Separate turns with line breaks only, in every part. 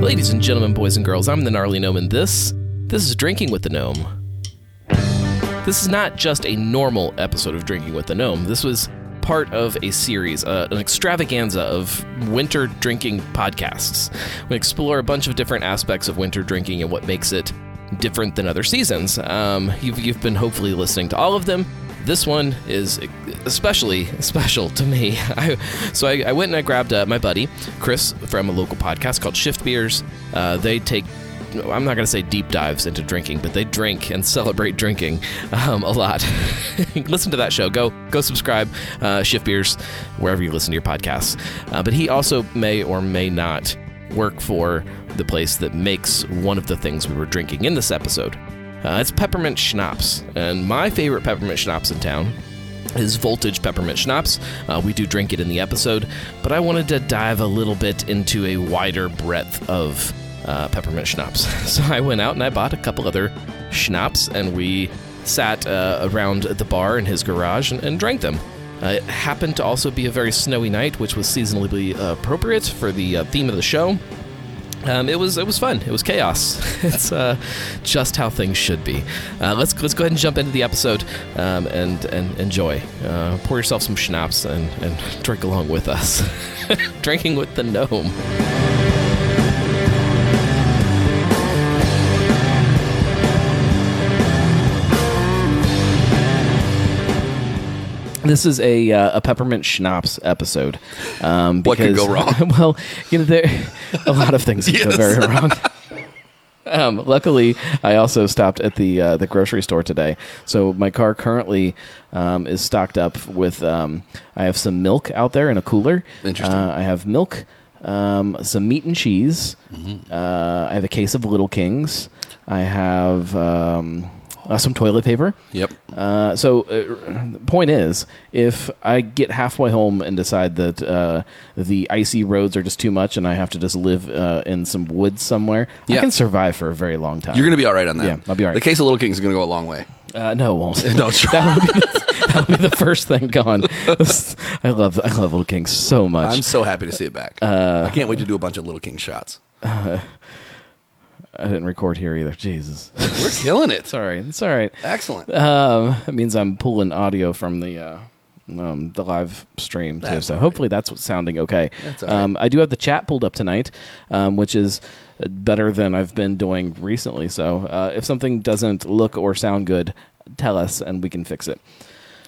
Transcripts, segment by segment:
Ladies and gentlemen, boys and girls, I'm the gnarly gnome, and this this is drinking with the gnome. This is not just a normal episode of Drinking with the Gnome. This was part of a series, uh, an extravaganza of winter drinking podcasts. We explore a bunch of different aspects of winter drinking and what makes it different than other seasons. Um, you've, you've been hopefully listening to all of them. This one is especially special to me. I, so I, I went and I grabbed uh, my buddy, Chris, from a local podcast called Shift Beers. Uh, they take I'm not going to say deep dives into drinking, but they drink and celebrate drinking um, a lot. listen to that show. Go go subscribe, uh, Shift Beers, wherever you listen to your podcasts. Uh, but he also may or may not work for the place that makes one of the things we were drinking in this episode. Uh, it's peppermint schnapps, and my favorite peppermint schnapps in town is Voltage Peppermint Schnapps. Uh, we do drink it in the episode, but I wanted to dive a little bit into a wider breadth of uh, peppermint schnapps. So I went out and I bought a couple other schnapps, and we sat uh, around the bar in his garage and, and drank them. Uh, it happened to also be a very snowy night, which was seasonally appropriate for the uh, theme of the show. Um, it was it was fun. It was chaos. it's uh, just how things should be. Uh, let's let's go ahead and jump into the episode um, and and enjoy. Uh, pour yourself some schnapps and, and drink along with us. Drinking with the gnome. This is a uh, a peppermint schnapps episode. Um,
What could
because-
go wrong?
well, you know, there a lot of things that go
Yes.
very wrong. Um, luckily, I also stopped at the uh, the grocery store today, so my car currently um, is stocked up with. Um, I have some milk out there in a cooler.
Interesting.
Uh, I have milk, um, some meat and cheese.
Mm-hmm.
Uh, I have a case of Little Kings. I have um, uh, some toilet paper.
Yep.
Uh, so, uh, the point is, if I get halfway home and decide that uh, the icy roads are just too much and I have to just live uh, in some woods somewhere, I
Yeah.
can survive for a very long time.
You're going to be all right on that.
Yeah, I'll be all right.
The case of Little Kings is going to go a long way.
uh, no, it won't.
No, it's-
that would be the, that would be the first thing gone. I love I love Little King so much.
I'm so happy to see it back.
Uh,
I can't wait to do a bunch of Little King shots.
I didn't record here either. Jesus,
We're killing it.
sorry. It's all right.
Excellent.
Um, it means I'm pulling audio from the uh, um, the live stream too.
That's
So
all right.
hopefully that's what's sounding okay.
That's all
um, I do have the chat pulled up tonight, um, which is better than I've been doing recently. So uh, if something doesn't look or sound good, tell us and we can fix it.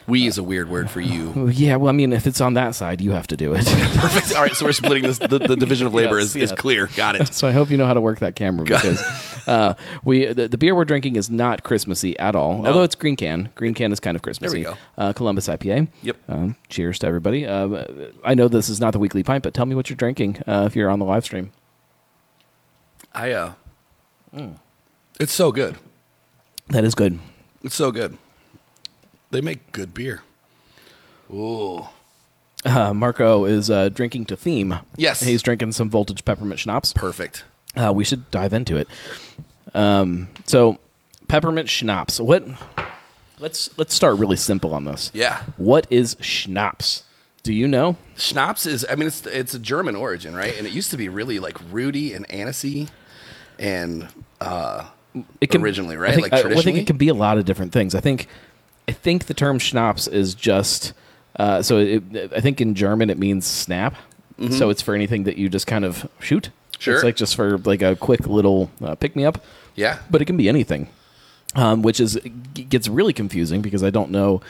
we is a weird word for you.
Yeah, well, I mean, if it's on that side, you have to do it.
Perfect. All right, so we're splitting this. The, the division of labor
Yes,
is, is
yeah.
clear. Got it.
so I hope you know how to work that camera because uh, we the, the beer we're drinking is not Christmassy at all. Although it's Green Can. Green Can is kind of Christmassy.
go.
Uh, Columbus IPA.
Yep.
Um, cheers to everybody. Uh, I know this is not the weekly pint, but tell me what you're drinking uh, if you're on the live stream.
I uh, it's so good.
That is good.
It's so good. They make good beer. Ooh.
Uh, Marco is uh, drinking to theme.
Yes.
He's drinking some Voltage Peppermint Schnapps.
Perfect.
Uh, we should dive into it. Um, so, peppermint schnapps. What? Let's let's start really simple on this.
Yeah.
What is schnapps? Do you know?
Schnapps is. I mean, it's it's a German origin, right? And it used to be really like rooty and anisey, and uh,
It
Originally, right?
I think,
Like,
I- well, I think
traditionally?
it can be a lot of different things. I think I think the term schnapps is just uh, so. It, I think in German it means snap. So it's for anything that you just kind of shoot.
Mm-hmm. Sure.
It's like just for like a quick little uh, pick me up.
yeah.
but it can be anything, um, which is g- gets really confusing because I don't know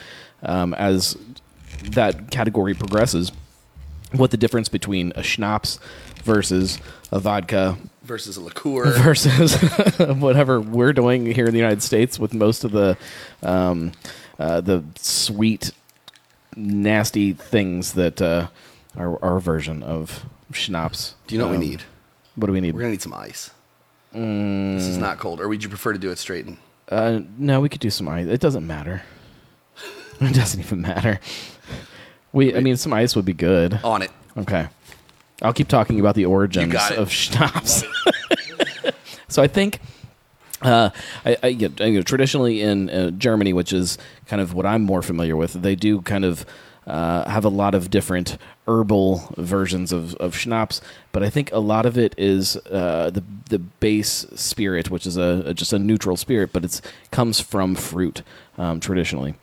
um, as that category progresses what the difference between a schnapps versus a vodka
versus a liqueur.
versus whatever we're doing here in the United States with most of the um, uh, the sweet nasty things that uh, are our version of schnapps.
Do you know what
Um,
we need?
What do we need?
We're gonna need some ice. This is not cold. Or would you prefer to do it straight? and-
Uh, no, we could do some ice. It doesn't matter. It doesn't even matter. We, I mean, some ice would be good.
On it.
Okay, I'll keep talking about the origins
got it.
of schnapps. so I think, uh, I, I, you know, traditionally in uh, Germany, which is kind of what I'm more familiar with, they do kind of uh, have a lot of different herbal versions of, of schnapps, but I think a lot of it is uh, the the base spirit, which is a, a- just a neutral spirit, but it's comes from fruit um, traditionally.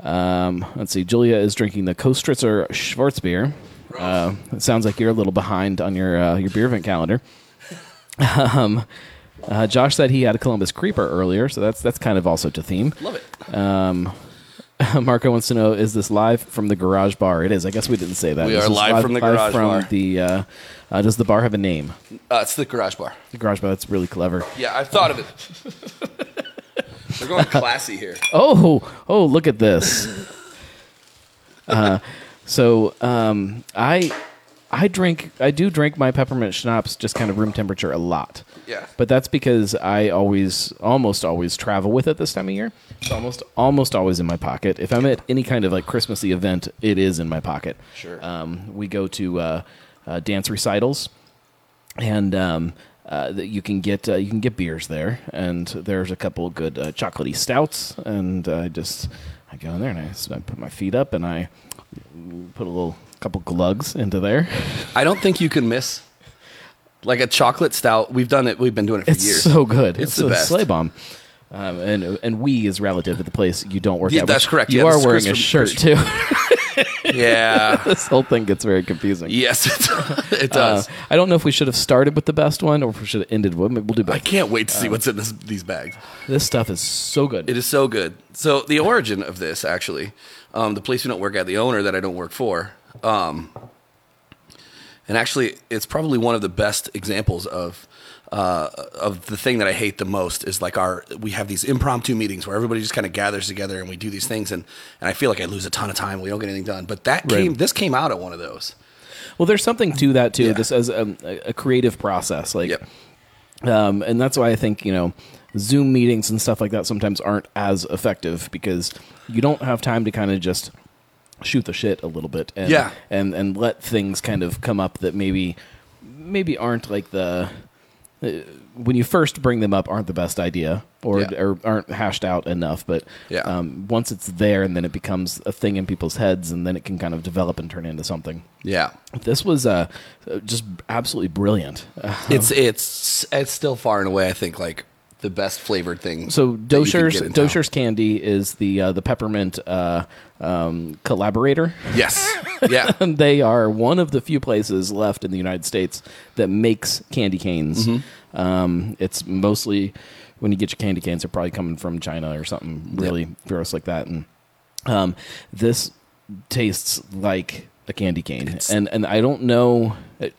Um, let's see, Julia is drinking the Kostritzer Schwarzbier. Uh, it sounds like you're a little behind on your uh, your beer event calendar. um, uh, Josh said he had a Columbus Creeper earlier, so that's that's kind of also to theme.
Love it.
Marco wants to know: Is this live from the garage bar? It is. I guess we didn't say that.
We
This
are
is
live from the garage
from
bar.
the, uh, uh, does the bar have a name?
Uh, it's the garage bar.
The garage bar. That's really clever.
Yeah, I've thought of it. We're going classy here.
Oh, oh, look at this. uh, so um, I, I drink, I do drink my peppermint schnapps just kind of room temperature a lot.
Yeah.
But that's because I always, almost always travel with it this time of year. It's almost, almost always in my pocket. If I'm at any kind of like Christmassy event, it is in my pocket.
Sure.
Um, we go to uh, uh, dance recitals and um, uh, that you can get uh, you can get beers there, and there's a couple of good uh, chocolatey stouts, and I just I go in there and I, s- I put my feet up and I put a little couple glugs into there.
I don't think you can miss like a chocolate stout. We've done it. We've been doing it for
It's
years.
so good.
It's the
a
best.
sleigh bomb. Um, and and we is relative at the place you don't work
Yeah,
at. which
that's correct.
You
Yeah,
are
this is
wearing a
Christopher-
shirt too.
yeah.
this whole thing gets very confusing.
yes, it does. It
Uh,
does.
I don't know if we should have started with the best one or if we should have ended with. Maybe we'll do
I
both.
can't wait to see what's in this, these bags.
This stuff is so good.
Uh, It is so good. So the origin of this, actually, um, the place we don't work at, the owner that I don't work for, um, and actually, it's probably one of the best examples of uh, of the thing that I hate the most is like our we have these impromptu meetings where everybody just kind of gathers together and we do these things, and and I feel like I lose a ton of time. We don't get anything done. But that came this came out at one of those.
Well, there's something to that too.
Yeah.
This as um, a, a creative process, like,
Yep.
um, and that's why I think you know, Zoom meetings and stuff like that sometimes aren't as effective because you don't have time to kind of just shoot the shit a little bit and
Yeah.
and and let things kind of come up that maybe maybe aren't like the uh, when you first bring them up aren't the best idea or,
Yeah.
or aren't hashed out enough but
Yeah.
um, once it's there and then it becomes a thing in people's heads and then it can kind of develop and turn into something
Yeah.
this was uh, just absolutely brilliant. Uh,
It's it's it's still far and away I think like the best flavored thing.
so
that you can
Dosher's
get in town.
Dosher's candy is the uh, the peppermint uh, um, collaborator.
Yes. Yeah.
And they are one of the few places left in the United States that makes candy canes.
Mm-hmm.
Um, it's mostly when you get your candy canes, they're probably coming from China or something really gross like that. And um, this tastes like a candy cane, and and I don't know. It,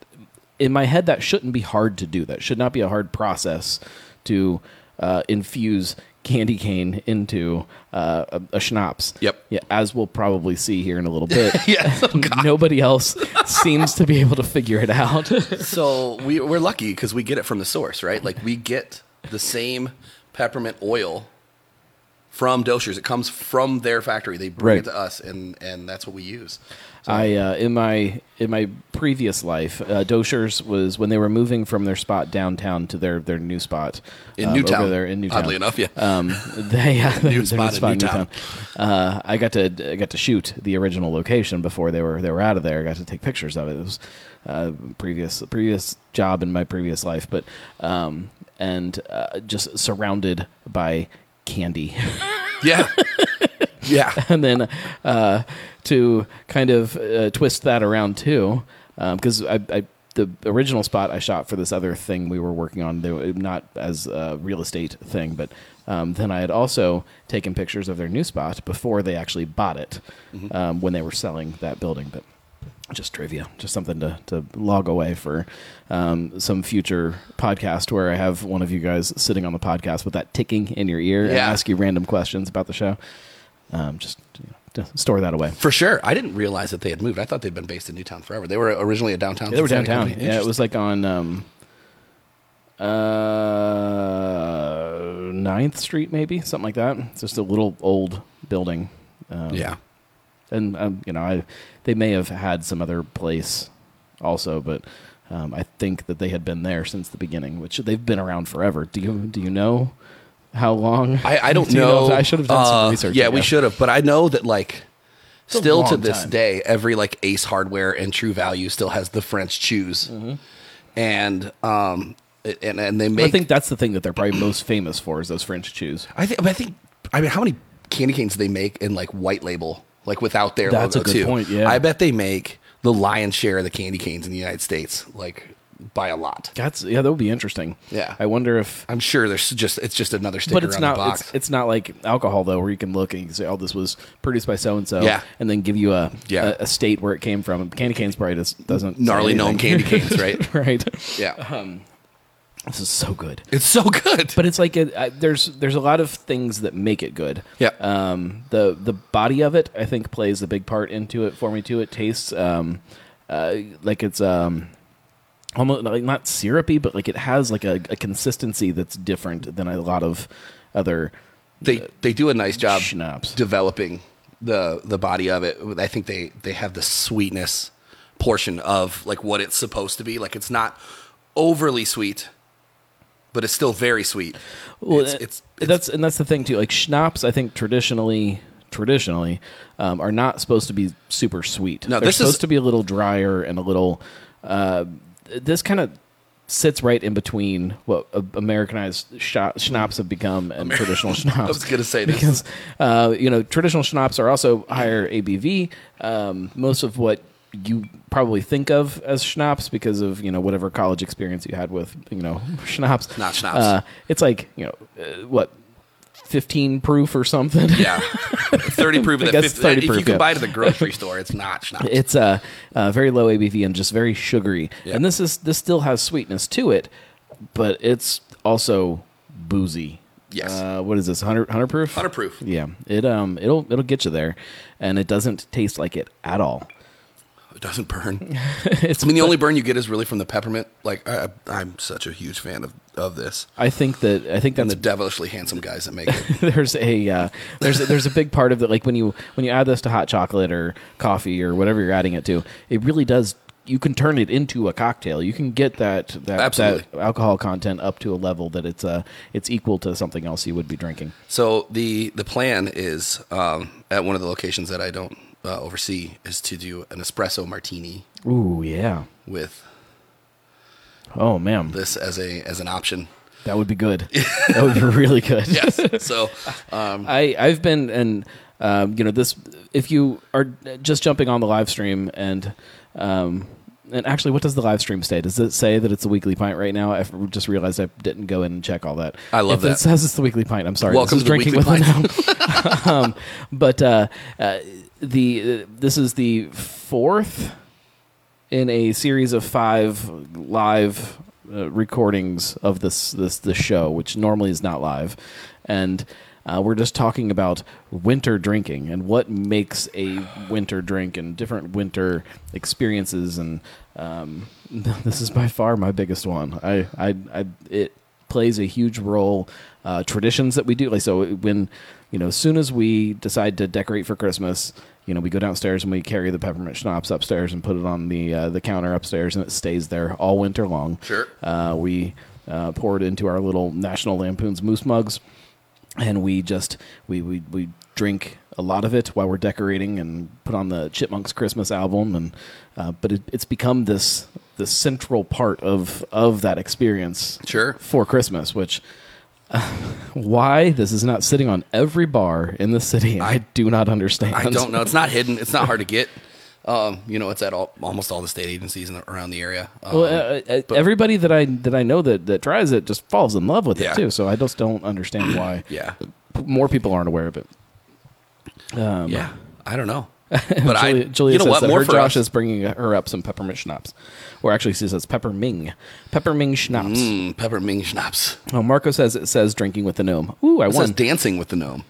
in my head, that shouldn't be hard to do. That should not be a hard process to uh, infuse candy cane into uh, a, a schnapps.
Yep.
Yeah, as we'll probably see here in a little bit.
Yes. Oh,
Nobody else seems to be able to figure it out.
so we, we're lucky because we get it from the source, right? Like we get the same peppermint oil from Doshers. It comes from their factory. They bring
Right.
it to us, and and that's what we use.
I uh, in my in my previous life, uh, Doshers was when they were moving from their spot downtown to their their new spot
In
um,
Newtown,
Over there in Newtown.
oddly enough, yeah.
Um, they yeah, their new
spot in Newtown.
Uh, I got to I got to shoot the original location before they were they were out of there. I got to take pictures of it. It was uh, previous previous job in my previous life, but um, and uh, just surrounded by candy.
Yeah. yeah.
and then uh, to kind of uh, twist that around too, because I, I the original spot I shot for this other thing we were working on, they were not as a real estate thing, but um, then I had also taken pictures of their new spot before they actually bought it um, when they were selling that building, but. Just trivia, just something to, to log away for um, some future podcast where I have one of you guys sitting on the podcast with that ticking in your ear and
Yeah.
ask you random questions about the show um, just you know, to store that away.
For sure. I didn't realize that they had moved. I thought they'd been based in Newtown forever. They were originally a downtown.
they were
Cincinnati
downtown.
company.
Yeah, it was like on um, uh, 9th Street, maybe something like that. It's just a little old building, Um,
Interesting. Yeah.
and um, you know, I they may have had some other place also, but. Um, I think that they had been there since the beginning, which they've been around forever. Do you do you know how long?
I, I don't
Do you
know.
if- I should have done
uh,
some research.
Yeah,
I
we
guess.
should have. But I know that
a
like still to
long
this
time.
day, every like Ace Hardware and True Value still has the French chews,
Mm-hmm.
and um, it- and and they
I
make.
think that's the thing that they're probably most famous for is those French chews.
I think. but I think. I mean, how many candy canes do they make in like white label, like without their
That's a
logo
good
too?
point, yeah.
I bet they make the lion's share of the candy canes in the United States, like by a lot.
That's yeah, that would be interesting.
Yeah.
I wonder if
I'm sure there's just it's just another sticker
but it's
on
not
the box.
it's, it's not like alcohol though, where you can look and you can say, "Oh, this was produced by so and so,"
Yeah.
and then give you a,
Yeah.
a a state where it came from. Candy canes probably just doesn't say
gnarly gnome
anything.
candy canes, right?
right?
Yeah,
This is so good,
it's so good.
but it's like it I there's there's a lot of things that make it good.
Yeah.
um, the the body of it I think plays a big part into it for me too. It tastes um, uh, like it's um. Almost like not syrupy, but like it has like a, a consistency that's different than a lot of other
they they do a nice job
Schnapps.
developing the the body of it. I think they they have the sweetness portion of like what it's supposed to be. Like it's not overly sweet, but it's still very sweet.
Well,
it's,
uh,
it's, it's
that's and that's the thing too. Like schnapps, I think traditionally, traditionally, um, are not supposed to be super sweet.
No,
They're
this is-
supposed to be a little drier and a little. Uh, this kind of sits right in between what uh, Americanized scha- schnapps have become and traditional schnapps. I
was gonna say this.
because uh, you know traditional schnapps are also higher ABV. Um, most of what you probably think of as schnapps because of you know whatever college experience you had with you know schnapps
Not schnapps.
uh, it's like you know uh, what, fifteen proof or something.
yeah, thirty proof.
I
That
guess
50,
30
if you
proof,
can
yeah.
buy it at the grocery store, it's not schnapps.
It's uh, uh, very low ABV and just very sugary.
Yeah.
And this is this still has sweetness to it, but it's also boozy.
Yes.
Uh, what is this? 100, 100 proof.
Hundred proof.
Yeah. It um it'll it'll get you there, and it doesn't taste like it at all.
It doesn't burn.
it's
I mean, the only burn you get is really from the peppermint. Like I, I'm such a huge fan of of this
I think that I think
and
that's
the devilishly handsome guys that make it.
there's a uh, there's a, there's a big part of that like when you when you add this to hot chocolate or coffee or whatever you're adding it to it really does you can turn it into a cocktail you can get that that,
Absolutely.
that alcohol content up to a level that it's uh it's equal to something else you would be drinking
So the the plan is um, at one of the locations that I don't uh, oversee is to do an espresso martini
ooh yeah
with
oh man
this as a as an option.
that would be good that would be really good
Yes. So um,
I I've been and um, you know this if you are just jumping on the live stream and um and actually what does the live stream say does it say that it's the weekly pint right now I just realized I didn't go in and check all that
I love
if
that.
it says it's the weekly pint I'm sorry
Welcome
this is
to the
drinking
Weekly
with Pint. um, but uh, uh, the uh, this is the fourth in a series of five live uh, recordings of this this this show, which normally is not live, and uh, we're just talking about winter drinking and what makes a winter drink and different winter experiences. And um, this is by far my biggest one. I I, I it plays a huge role uh, traditions that we do like so when you know as soon as we decide to decorate for christmas you know we go downstairs and we carry the peppermint schnapps upstairs and put it on the uh, the counter upstairs and it stays there all winter long
Sure.
uh, we uh, pour it into our little national lampoons moose mugs and we just we, we we drink a lot of it while we're decorating and put on the Chipmunks Christmas album and uh, but it, it's become this the central part of of that experience
Sure.
for Christmas which why this is not sitting on every bar in the city I, do not understand
I don't know. It's not hidden. It's not hard to get. Um, you know, it's at all, almost all the state agencies in the, around the area. Um,
well, uh, uh, everybody that I that I know that, that tries it just falls in love with
Yeah.
it too. So I just don't understand why
yeah,
p- more people aren't aware of it.
yeah. I don't know. But
uh,
I,
Julia, Julia
you know
says
what?
that
More
her
for
Josh
us.
is bringing her up some peppermint schnapps, or actually she says pepperming, pepperming schnapps.
Mm, peppermint schnapps.
Oh, Marco says it says drinking with the gnome. Ooh, I
It says
won.
dancing with the gnome.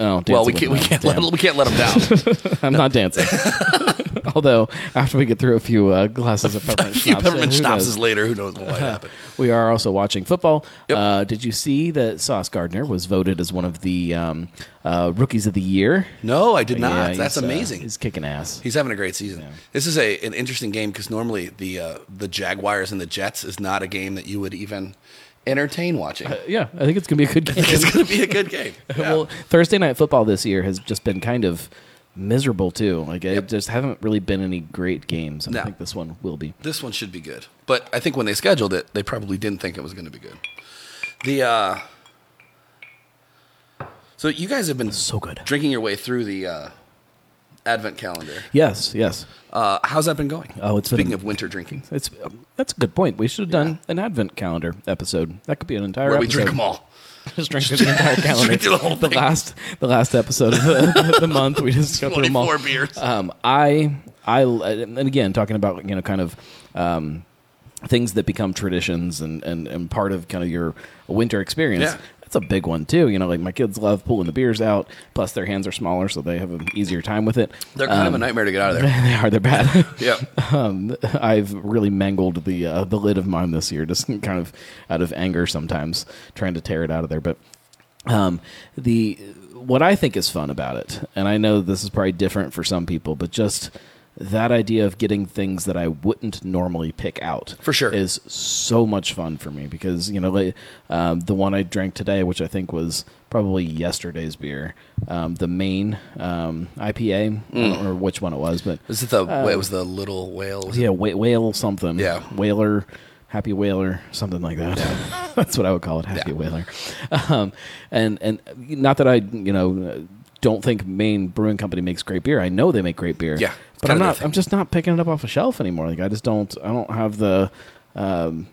oh,
well,
dancing
we
with
can't,
the
we
gnome.
can't let
Damn.
we can't let them down.
I'm not dancing. Although after we get through a few uh, glasses of peppermint
Few
schnapps,
peppermint
who
schnapps
knows?
is later. Who knows what might happen?
we are also watching football.
Yep.
Uh, did you see that Sauce Gardner was voted as one of the um, uh, rookies of the year?
No, I did
Yeah,
not.
he's,
That's
uh,
amazing.
he's kicking ass.
He's having a great season. This is a an interesting game because normally the uh, the Jaguars and the Jets is not a game that you would even entertain watching.
Uh, yeah, I think it's gonna be a good game.
it's going to be a good game. Yeah.
Well, Thursday night football this year has just been kind of miserable too. Like I just haven't really been any great games, and I
No.
think this one will be.
This one should be good. But I think when they scheduled it, they probably didn't think it was going to be good. The uh So you guys have been
So good.
drinking your way through the uh advent calendar.
Yes, yes.
Uh how's that been going?
Oh, it's been-
Speaking of winter drinking.
It's um, that's a good point. We should have done an advent calendar episode. That could be an entire
Where we
episode.
drink them all.
just drink the entire calendar.
through the whole thing.
last the last episode of the, the month. We just go through them all.
24 beers.
Um, I I and again talking about you know kind of. Um, things that become traditions and, and, and part of kind of your winter experience
Yeah.
that's a big one too you know like my kids love pulling the beers out plus their hands are smaller so they have an easier time with it
They're kind
Um,
of a nightmare to get out of there.
they are they're bad
yeah.
um, I've really mangled the uh, the lid of mine this year, just kind of out of anger sometimes, trying to tear it out of there. But um, the what I think is fun about it, and I know this is probably different for some people, but just that idea of getting things that I wouldn't normally pick out
For sure.
is so much fun for me because you know like, um, the one I drank today, which I think was probably yesterday's beer, um, the main um, IPA, I don't know which one it was, but
Was it the
Uh,
wait, it was the little whale? Was it-
yeah, wha- whale something.
Yeah.
Whaler, happy whaler, something like that. That's what I would call it, happy
Yeah.
whaler. Um, and and not that I you know don't think Maine Brewing Company makes great beer. I know they make great beer.
Yeah, it's
but
kinda
I'm
their
not.
thing.
I'm just not picking it up off a shelf anymore. Like I just don't. I don't have the. Um,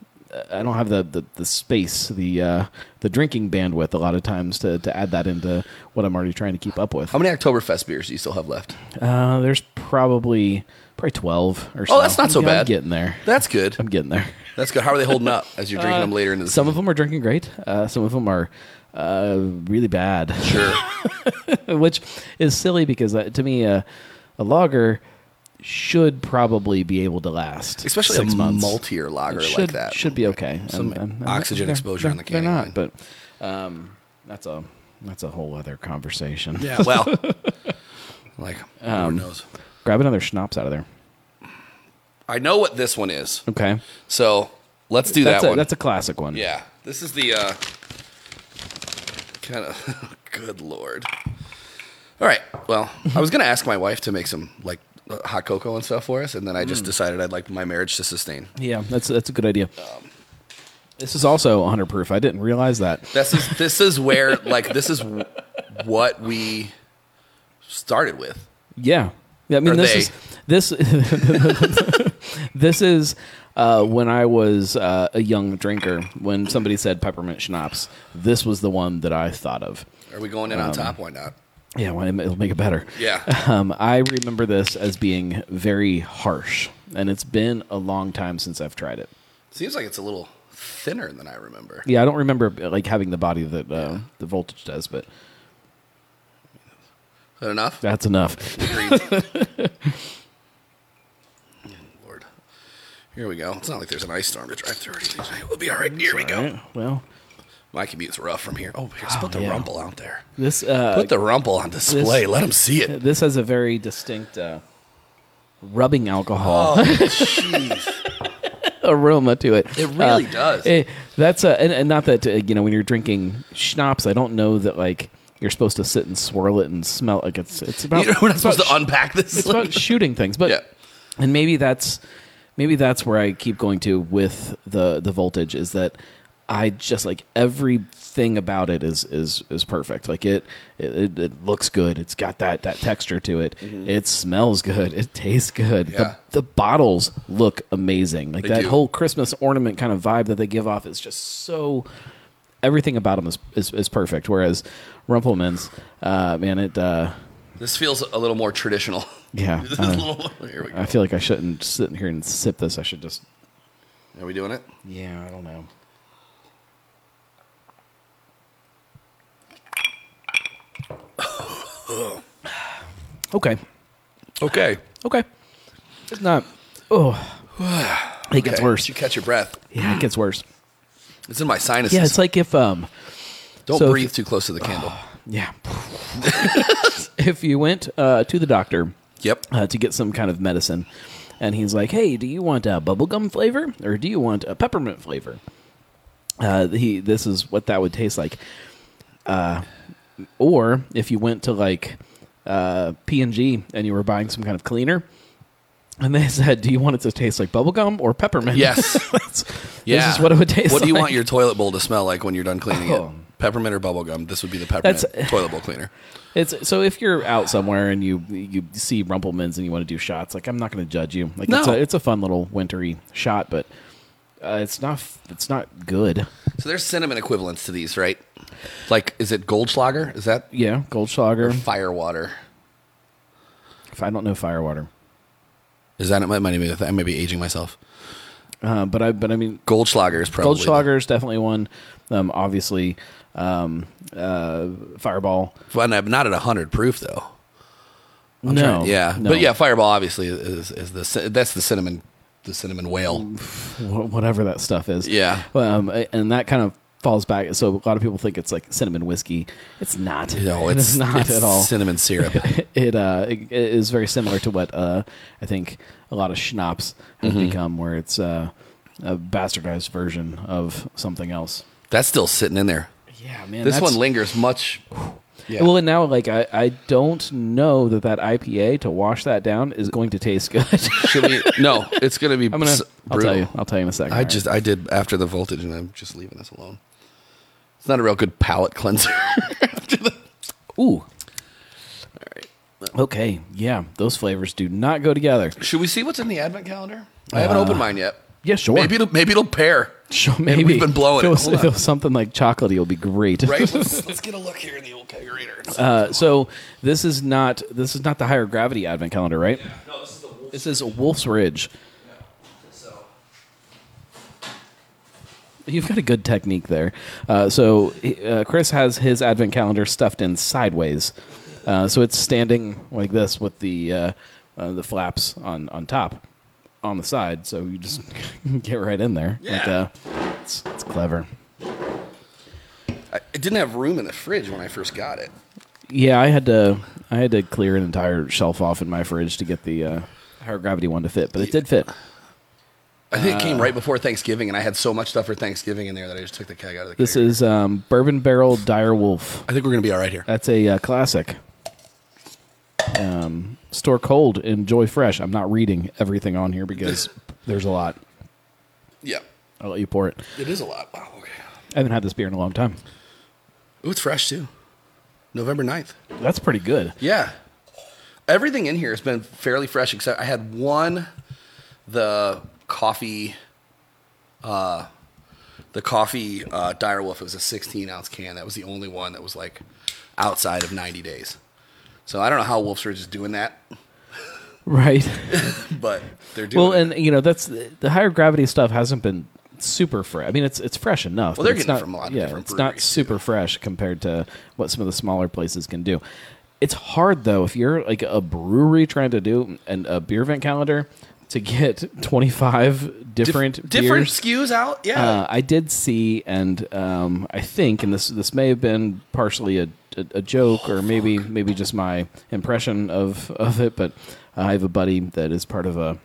I don't have the, the, the space, the uh, the drinking bandwidth a lot of times to, to add that into what I'm already trying to keep up with.
How many Oktoberfest beers do you still have left?
Uh, there's probably probably twelve or so.
Oh, that's not so
I'm
bad.
getting there.
That's good.
I'm getting there.
That's good. How are they holding up as you're
Uh,
drinking them later in the
Some of them are drinking great. Uh, some of them are uh, really bad,
Sure.
which is silly because uh, to me, uh, a lager should probably be able to last,
Especially
six
a
months.
multi-year lager
should,
like that.
should be okay.
Some oxygen
they're-
exposure on
they're-
the can
They're
anyway.
not, but um, that's a that's a whole other conversation.
Yeah. Well, like, Lord knows.
Grab another schnapps out of there.
I know what this one is.
Okay,
So let's do
that's
that
a,
one.
that's a classic one.
yeah. This is the uh, kind of good lord. All right. Well, I was gonna ask my wife to make some like uh, hot cocoa and stuff for us, and then I just decided I'd like my marriage to sustain.
yeah, that's that's a good idea. this is also 100 proof. I didn't realize that.
This is this is where like this is w- what we started with.
Yeah. Yeah, I mean
Or
this
they.
is this this is uh, when I was uh, a young drinker when somebody said peppermint schnapps, this was the one that I thought of.
Are we going in
Um,
on top? Why not?
Yeah, well, it'll make it better.
Yeah.
Um, I remember this as being very harsh, and it's been a long time since I've tried it.
Seems like it's a little thinner than I remember.
Yeah, I don't remember like having the body that uh, the voltage does, but
Is that enough?
that's enough.
Lord. Here we go. It's not like there's an ice storm to drive through or anything. We'll be all right. Here we
All
go.
right, Well,
My commute's rough from here. Oh, here's put the
yeah.
rumble out there.
this uh,
Put the rumble on display. Let them see it.
This has a very distinct uh, rubbing alcohol
Oh, jeez.
aroma to it.
It really does.
eh, that's a, and, and not that uh, you know when you're drinking schnapps. I don't know that like you're supposed to sit and swirl it and smell it. like it's it's about
You know, we're not
it's about
supposed
sh-
to unpack this.
it's about shooting things, but
Yeah.
and maybe that's maybe that's where I keep going to with the the voltage is that I just like everything about it is is is perfect. Like it it, it, it looks good. It's got that that texture to it. It smells good. It tastes good.
Mm-hmm. Yeah.
The, the bottles look amazing. Like
They
that
do.
whole Christmas ornament kind of vibe that they give off is just so everything about them is is, is perfect. Whereas Rumpelmann's, uh, man, it. Uh,
This feels a little more traditional.
Yeah,
This is
uh,
a little, here we go.
I feel like I shouldn't sit in here and sip this. I should just. uh.
Are we doing it?
Yeah, I don't know. okay.
Okay.
Okay. It's not. Oh. It gets
Okay.
worse.
You catch your breath.
Yeah, it gets worse.
It's in my sinuses.
Yeah, it's like if um,
Don't
so if-
breathe too close to the candle.
yeah, if you went uh, to the doctor
Yep.
uh, to get some kind of medicine. And he's like, "Hey, do you want a bubblegum flavor or do you want a peppermint flavor?" Uh, he this is what that would taste like. Uh, or if you went to like uh, P&G and you were buying some kind of cleaner. And they said, "Do you want it to taste like bubblegum or peppermint?"
Yes.
That's-
Yeah.
This is what it would taste.
What do you
like.
want your toilet bowl to smell like when you're done cleaning
Oh.
it? Peppermint or bubble gum? This would be the peppermint
That's-
toilet bowl cleaner.
It's so if you're out somewhere and you you see Rumplemans and you want to do shots, like I'm not going to judge you. Like it's
No.
a it's a fun little wintry shot, but uh, it's not f- it's not good.
So there's cinnamon equivalents to these, right? Like, is it Goldschlager? Is that
Yeah, Goldschlager.
Firewater?
If I don't know Firewater,
Is that it? Might be. I may be aging myself.
uh, but I but I mean
Goldschlager is probably
Goldschlager is definitely one. Um, obviously, um, uh, Fireball.
Well, no, not at hundred proof though.
no,
Trying- yeah,
no.
but yeah, Fireball obviously is, is the cin- that's the cinnamon the cinnamon whale.
wh- whatever that stuff is.
Yeah.
Um, a- and that kind of falls back. So a lot of people think it's like cinnamon whiskey. It's not.
No,
It
it's,
is not
it's
at all.
cinnamon syrup.
it, uh, it, it is very similar to what uh, I think a lot of schnapps have become, where it's uh, a bastardized version of something else.
that's still sitting in there.
Yeah, man.
This one lingers much. Yeah.
Well, and now, like, I, I don't know that that IPA to wash that down is going to taste good.
Should we? No, it's gonna be.
I'm gonna.
s-
I'll tell you.
brutal.
I'll tell you in a second.
I just I did after the voltage, and I'm just leaving this alone. It's not a real good palate cleanser.
Ooh. Okay. Yeah, those flavors do not go together.
Should we see what's in the advent calendar? I haven't opened mine yet.
yeah, sure.
Maybe it'll, maybe it'll pair.
Sure,
Maybe we've been blowing
if
it.
was-
Hold
if
on.
was something like chocolatey, will be great.
Right? Let's, let's get a look here in the old kegerator.
Uh, so this is not this is not the higher gravity advent calendar, right?
no, this is the wolf.
This is Wolf's Ridge.
So
You've got a good technique there. Uh, so uh, Chris has his advent calendar stuffed in sideways, uh, so it's standing like this with the uh, uh, the flaps on on top, on the side. So you just get right in there. Like,
Yeah.
uh, it's, it's clever.
I, it didn't have room in the fridge when I first got it.
Yeah, I had to I had to clear an entire shelf off in my fridge to get the uh, higher gravity one to fit, but it did fit.
I think it came right before Thanksgiving, and I had so much stuff for Thanksgiving in there that I just took the keg out of the.
This
kegerator.
is um, Bourbon Barrel Dire Wolf.
I think we're gonna be all right here.
That's a uh, classic. Um, store cold, enjoy fresh. I'm not reading everything on here because there's a lot.
Yeah,
I'll let you pour it.
it is a lot. Wow. Okay.
I haven't had this beer in a long time.
Ooh, it's fresh too. November 9th.
That's pretty good.
Yeah. Everything in here has been fairly fresh, except I had one, the coffee, uh, the coffee uh, dire wolf. It was a 16 ounce can. That was the only one that was like outside of 90 days. So I don't know how Wolf's Ridge is doing that,
Right.
but they're doing.
well,
it.
and you know that's the higher gravity stuff hasn't been super fresh. I mean, it's it's fresh enough.
Well,
but
they're
it's
getting it
not-
from a lot of
yeah,
different
It's not
breweries,
super fresh compared to what some of the smaller places can do. It's hard though if you're like a brewery trying to do and a beer event calendar to get 25 different
different
beers.
SKUs out. Yeah.
Uh, I did see, and um, I think, and this this may have been partially a, a, a joke, or maybe maybe just my impression of of it. But I have a buddy that is part of a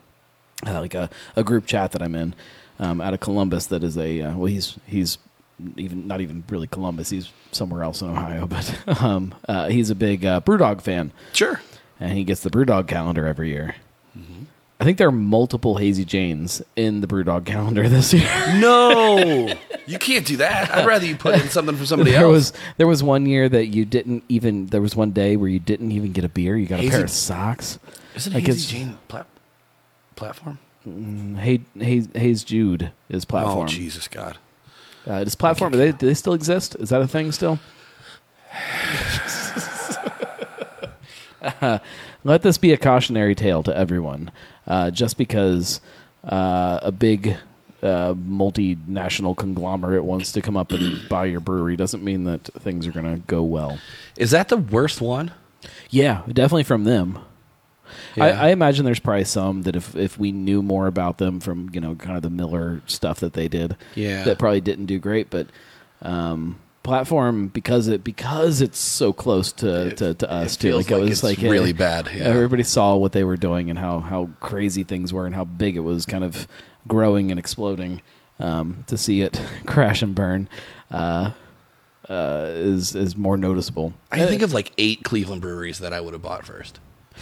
uh, like a, a group chat that I'm in um, out of Columbus. That is a uh, well, he's he's even not even really Columbus. He's somewhere else in Ohio, but um, uh, he's a big uh, BrewDog fan,
sure.
and he gets the BrewDog calendar every year. I think there are multiple Hazy Janes in the BrewDog calendar this year.
No, you can't do that. I'd rather you put in something for somebody
there
else.
was there was one year that you didn't even there was one day where you didn't even get a beer. You got a
Hazy-
pair of socks.
Isn't
Like,
Hazy
it's-
Jane plat- platform?
Hey, Hayes, Hayes Jude is
Oh,
platform.
Jesus God.
uh, does platform? Do they, do they still exist? Is that a thing still? Uh, let this be a cautionary tale to everyone. Uh, just because uh, a big uh, multinational conglomerate wants to come up and buy your brewery doesn't mean that things are going to go well.
Is that the worst one?
Yeah, definitely from them.
Yeah.
I, I imagine there's probably some that if, if we knew more about them from you know kind of the Miller stuff that they did,
Yeah.
that probably didn't do great. But um, platform because it because it's so close to to, to us too.
feels
it
like
was
it's
like eh,
really bad, yeah.
Everybody saw what they were doing and how how crazy things were and how big it was, kind of growing and exploding. Um, to see it crash and burn, uh, uh, is is more noticeable.
I think of like eight Cleveland breweries that I would have bought first.
Uh,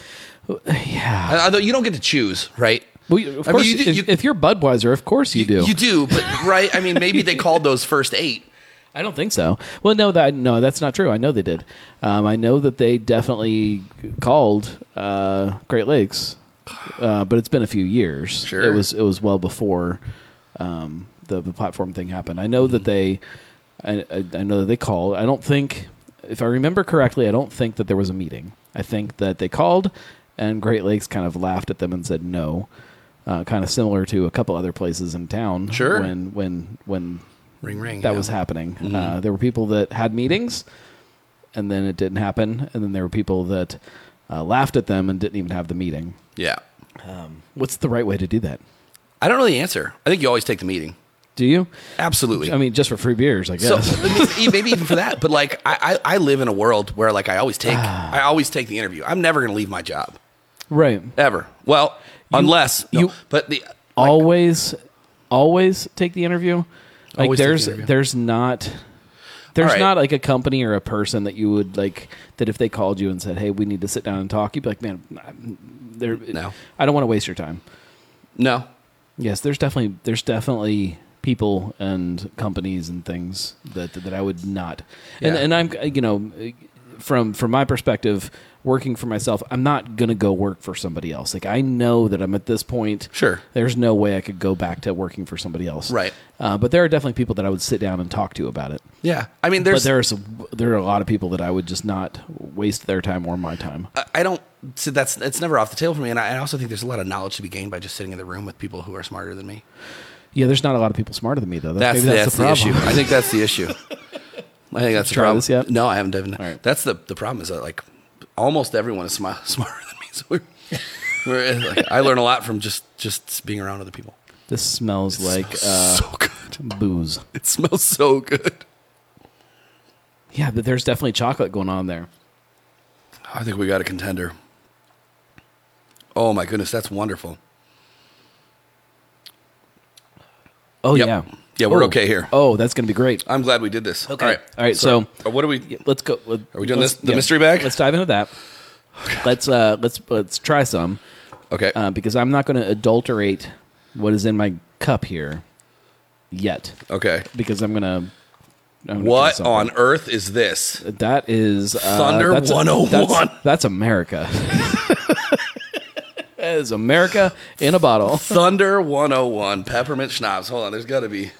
Yeah.
I, I, don't- you don't get to choose, right?
Well, you- of
I mean,
course,
you do-
if,
you-
if you're Budweiser, of course you do.
You do, but right? I mean, maybe they called those first eight.
I don't think so. Well, no, that no, that's not true. I know they did. Um, I know that they definitely called uh, Great Lakes, uh, but it's been a few years.
Sure.
it was it was well before um, the the platform thing happened. I know that they, I, I, I know that they called. I don't think, if I remember correctly, I don't think that there was a meeting. I think that they called, and Great Lakes kind of laughed at them and said no. Uh, kind of similar to a couple other places in town.
Sure.
When when when
Ring ring.
that
yeah. Mm-hmm.
was happening. Uh, there were people that had meetings, and then it didn't happen, and then there were people that uh, laughed at them and didn't even have the meeting.
Yeah.
What's the right way to do that?
I don't know the answer. I think you always take the meeting.
Do you?
Absolutely.
I mean, just for free beers, I
so
guess.
I mean, e, maybe even for that, but like I, I, I live in a world where like I always take I always take the interview. I'm never going to leave my job
right.
ever. Well, unless no,
you-
but the
always, always take the interview. Like
Always take the
there's
interview.
there's not. There's
right.
not like a company or a person that you would like that if they called you and said, "Hey, we need to sit down and talk," you'd be like, "Man, I'm- there,
No.
I don't want to waste your time."
no,
Yes, there's definitely there's definitely people and companies and things that that I would not. And
Yeah.
and I'm you know from from my perspective working for myself, I'm not going to go work for somebody else. Like I know that I'm at this point.
Sure.
There's no way I could go back to working for somebody else.
Right.
Uh, but there are definitely people that I would sit down and talk to about it.
yeah. I mean, there's
but there are some, there are a lot of people that I would just not waste their time or my time.
I- I don't. So that's it's never off the table for me, and I, I also think there's a lot of knowledge to be gained by just sitting in the room with people who are smarter than me.
Yeah, there's not a lot of people smarter than me though.
That's,
maybe
that's, the,
problem.
issue. I think that's the issue. I think that's the
Try
problem.
this yet?
No, I haven't done it.
right.
That's the the problem is that like almost everyone is smi- smarter than me. So we're, we're like, I learn a lot from just just being around other people.
This smells like uh,
so good.
booze.
It smells so good.
Yeah, but there's definitely chocolate going on there.
I think we got a contender. Oh my goodness, that's wonderful.
Oh
Yep.
yeah,
Yeah, we're
Oh.
okay here.
Oh, that's gonna be great.
I'm glad we did this.
Okay.
All right.
All right, so-
uh, what do we?
Let's go.
Are we doing this- the mystery bag?
Let's dive into that. Let's uh, let's let's try some
Okay.
uh, because I'm not going to adulterate what is in my cup here yet
okay.
because I'm gonna. I'm gonna try
What
something.
on earth is this?
That is uh,
Thunder
that's
101.
that's, that's America. that is America in a bottle.
Thunder 101 peppermint schnapps. Hold on, there's got to be.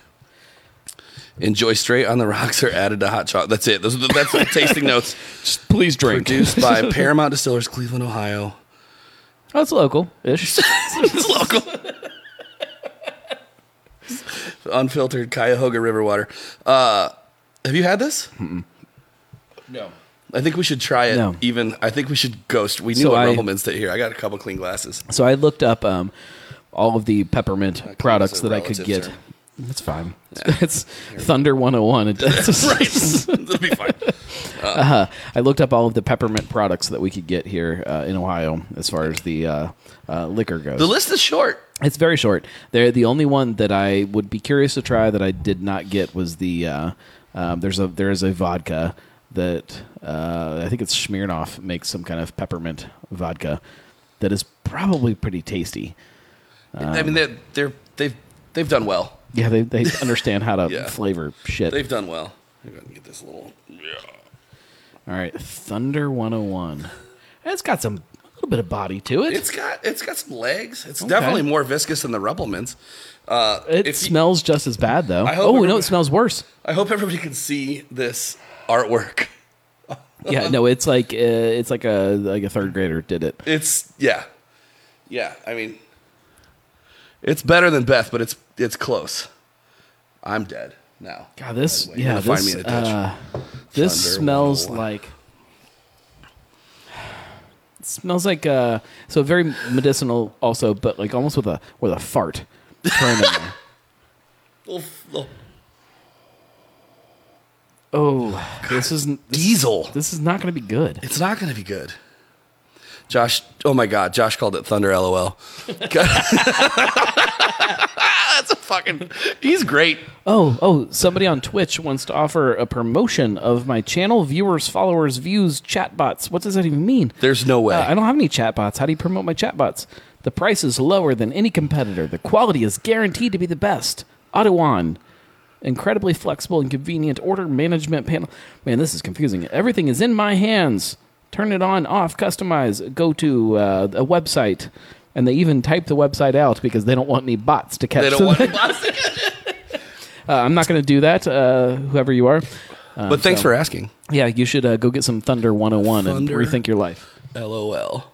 Enjoy straight on the rocks or added to hot chocolate. That's it. Those are the, that's the tasting notes.
Just please drink.
Produced by Paramount Distillers, Cleveland, Ohio.
Oh, it's local ish.
It's local. Unfiltered Cuyahoga River water. Uh, have you had this?
no.
I think we should try it.
No.
Even I think we should ghost. We knew
So
what
I-
Rumpelmans did here. I got a couple clean glasses.
So I looked up um, all of the peppermint products
a
that I could
relative
get.
term.
That's fine. It's Thunder 101. It does. Uh,
It'll be fine.
I looked up all of the peppermint products that we could get here uh, in Ohio as far as the uh, uh, liquor goes.
The list is short.
it's very short. They're the only one that I would be curious to try that I did not get was the uh, um, there's a there is a vodka that uh, I think it's Smirnoff makes some kind of peppermint vodka that is probably pretty tasty. Um,
I mean, they're, they're they've they've done well.
Yeah, they, they understand how to
Yeah.
flavor shit.
They've done well. I'm gonna get this little.
All right, Thunder 101. It's got some a little bit of body to it.
It's got it's got some legs. It's definitely more viscous than the Rumpelmans. Uh,
it
if you-
smells just as bad though.
I hope
Oh, no,
everyone-
it smells worse.
I hope everybody can see this artwork.
Yeah, no, it's like uh, it's like a like a third grader did it.
It's yeah, yeah. I mean, it's better than Beth, but it's it's close. I'm dead now.
God, this
By the way,
yeah,
you're gonna
this,
find me in a ditch.
uh, this
Thunder
smells
101.
like it smells like uh so very medicinal also, but like almost with a with a fart. thrown in there.
Little f- little-
Oh, this isn't
Diesel.
this is not going to be good.
It's not going to be good. Josh, oh my God, Josh called it Thunder LOL. God. That's a fucking, he's great.
Oh, oh, somebody on Twitch wants to offer a promotion of my channel, viewers, followers, views, chatbots. What does that even mean?
There's no way.
Uh, I don't have any chatbots. How do you promote my chatbots? The price is lower than any competitor. The quality is guaranteed to be the best. Ottawan. Incredibly flexible and convenient order management panel. Man, this is confusing. Everything is in my hands. Turn it on, off, customize, go to uh, a website. And they even type the website out because they don't want any bots to catch
they
them.
don't want plastic.
Uh, I'm not going to do that, uh, whoever you are.
But
Um,
thanks for asking.
Yeah, you should uh, go get some Thunder 101
Thunder.
and rethink your life.
LOL.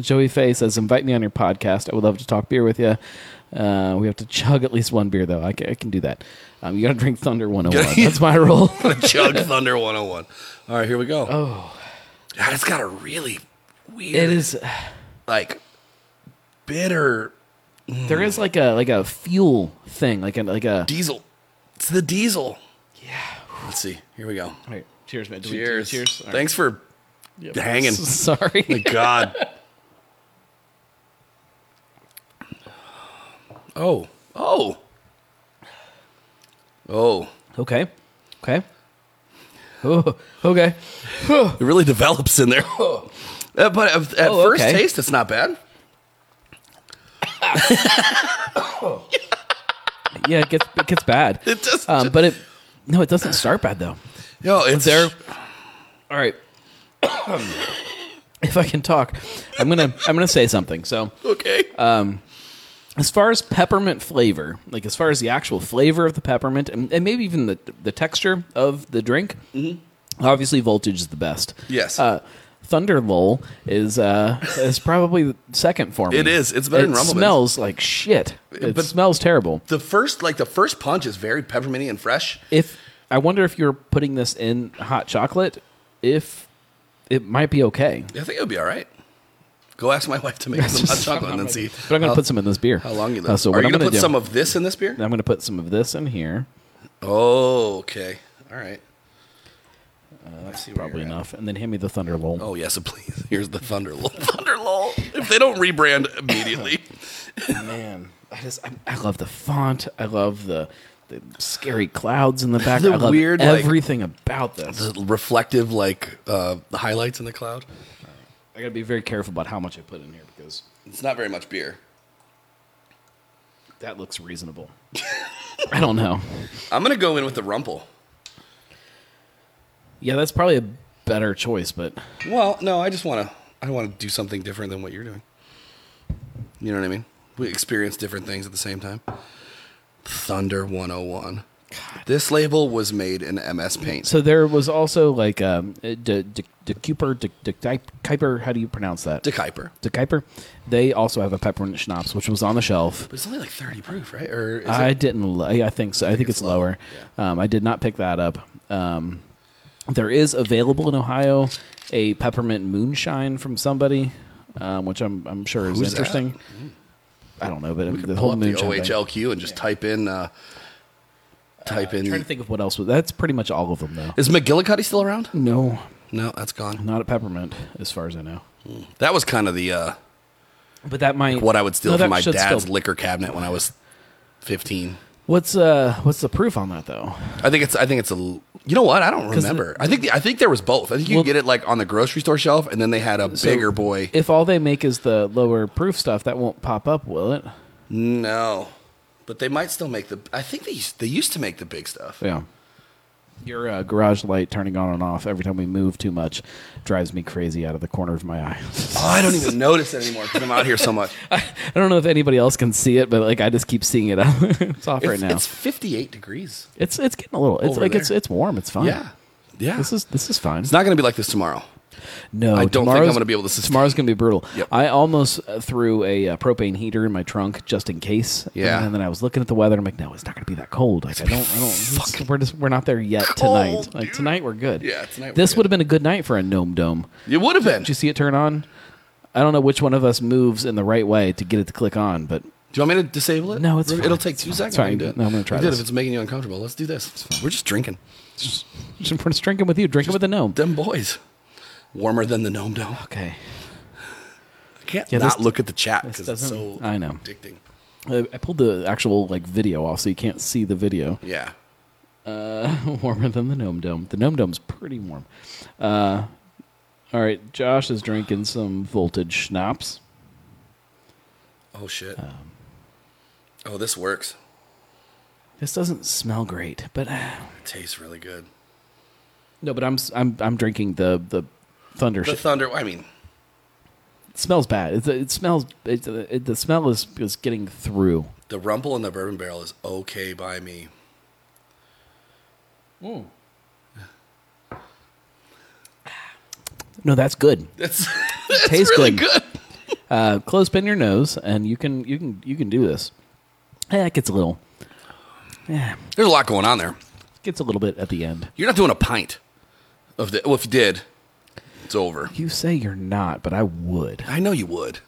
Joey Fay says, invite me on your podcast. I would love to talk beer with you. Uh, we have to chug at least one beer, though. I ca- I can, do that. Um, you got to drink Thunder 101. That's my rule.
Chug Thunder 101. All right, here we go. Oh. God, it's got a really weird,
it is.
like, bitter
There is like a like a fuel thing, like a like a.
diesel. It's the diesel. Yeah. Let's see. Here we go.
All right, cheers, man. Do we do
Cheers.
cheers. All right.
Thanks for hanging.
Sorry.
My God. oh. Oh. Oh.
okay. Okay. Oh, okay.
It really develops in there. Uh, but at, at
Oh,
first
okay.
taste, it's not bad.
Yeah, it gets it gets bad.
It just,
Um, but it no, it doesn't start bad though.
no, it's
there- All right. if I can talk, I'm gonna I'm gonna say something. So,
Okay.
as far as peppermint flavor, like as far as the actual flavor of the peppermint, and, and maybe even the the texture of the drink, obviously voltage is the best.
Mm-hmm. Yes.
Uh, Thunder Lull is uh, is probably second for me.
It is. It's better
it
than Rumbleman's.
smells like shit. It
But-
smells terrible.
the first, like the first punch, is very pepperminty and fresh.
if I wonder if you're putting this in hot chocolate, if it might be okay.
I think it'll be all right. Go ask my wife to make some hot chocolate and then see.
But I'm going
how-
to put some in this beer.
how long you live.
Uh, so
Are
what
you
I'm
gonna
going to
put
do?
some of this in this beer?
I'm going to put some of this in here.
Oh, okay. All right. Uh, That's
Probably enough, and then hand me the thunder roll.
Oh yes, please. Here's the thunder lull. Thunder lull. If they don't rebrand immediately,
Oh, man, I just I, I love the font. I love the the scary clouds in the back.
The
I love
weird, like-
everything about this.
the reflective like uh, the highlights in the cloud.
I got to be very careful about how much I put in here because
It's not very much beer.
that looks reasonable. I don't know.
I'm gonna go in with the rumple.
Yeah, that's probably a better choice, but
Well, no, I just wanna. I want to do something different than what you're doing. You know what I mean? We experience different things at the same time. Thunder 101. This label was made in MS Paint.
So there was also like um, uh, De, De, De Kuiper, De, De Kuip- Kuiper, how do you pronounce that?
De Kuyper.
De Kuiper. They also have a peppermint schnapps, which was on the shelf.
But it's only like 30 proof, right? Or is
I
it?
didn't. li- I think so. I, think, it's, lower. Um, I did not pick that up. Um, there is available in Ohio a peppermint moonshine from somebody, um, which I'm I'm sure is
Who's that? Hmm.
interesting. I don't know, but the
Pull
whole
up the
moonshine. thing.
OHLQ and just type in. Uh, type
I'm Uh, trying
in.
to think of what else was. That's pretty much all of them, though.
Is McGillicuddy still around?
No,
No, that's gone.
not a peppermint, as far as I know.
That was kind of the uh,
But that might
what I would steal
No, that
from my
should
dad's
still-
liquor cabinet when I was 15.
What's uh what's the proof on that though?
I think it's. I think it's a. l- You know what? I don't
'Cause
remember. I think. I think there was both. I think you
Well-
could get it like on the grocery store shelf, and then they had a bigger boy.
If all they make is the lower proof stuff, that won't pop up, will it?
no, but they might still make the. I think they used, they used to make the big stuff.
Yeah. Your uh, garage light turning on and off every time we move too much drives me crazy out of the corner of my eye.
Oh, I don't even notice it anymore because I'm out here so much.
I don't know if anybody else can see it, but like I just keep seeing it. it's off right
It's-
now. It's,
It's 58 degregs.
it's getting a little. It's
Over
like
there.
it's it's warm. It's fine.
Yeah, yeah.
This is this is fine.
It's not going to be like this tomorw.
No,
I don't think I'm
tomorrow's-
gonna be able to sustain-
Tomorrow's going to be brutal.
Yep.
I almost uh, threw a uh, propane heater in my trunk just in case.
Yeah.
and then I was looking at the weather. and I'm like, no, it's not going to be that cold. Like I don't, I don't. it's- We're just, we're not there yet
cold,
tonight. Like
dude.
tonight, we're good.
Yeah, tonight we're
This
good.
would have been a good night for a gnome dome.
It would have been.
Did you
Do
see it turn on? I don't know which one of us moves in the right way to get it to click on, but
you want me to disable it?
No, it's
it'll
fine.
take
It's
two
fine.
seconds.
It's fine.
I can do it.
No, I'm gonna try
We did
this.
If it's making you uncomfortable, let's do this. We're just drinking.
we're just drinking with you, drinking with a gnome.
Them boys, warmer than the gnome dome.
Okay.
I can't
Yeah,
not
this-
look at the chat because it's
doesn't-
so
I know.
addicting.
I, I pulled the actual like video off, so you can't see the video.
Yeah.
Warmer than the gnome dome. The gnome dome's pretty warm. Uh, all right, Josh is drinking some voltage schnapps.
Oh shit.
Um,
oh, this works.
This doesn't smell great, but uh,
It tastes really good.
no, but I'm s- I'm I'm drinking the the thunder.
The
sh-
thunder. I mean,
it smells bad. It, it smells. It, it, the smell is is getting through.
the rumple in the bourbon barrel is okay by me.
No, that's good.
That's
tastes
really
good. Uh, clothespin your nose, and you can you can you can do this. Yeah, it gets a little. Yeah,
There's a lot going on there.
it gets a little bit at the end.
You're not doing a pint of the. Well, if you did, it's over.
You say you're not, but I would.
I know you would.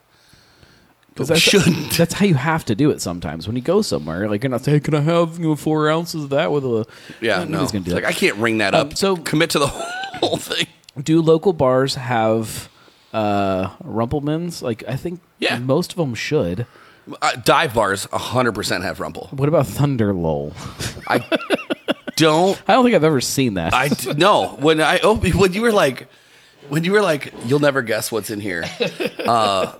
But we
that's,
shouldn't.
That's how you have to do it sometimes when you go somewhere. Like you're not saying, "Can I have you know, four ounces of that with a?"
yeah, no.
Nobody's gonna do
like
that.
I can't ring that up.
Um,
so
so-
commit to the whole thing.
do local bars have uh rumplemans like i think
Yeah.
most of them should
Uh, dive bars 100% have rumple.
what about thunder lol
I don't
i don't think i've ever seen that
I d- no. When I op- when you were like, when you were like, you'll never guess what's in here. Uh,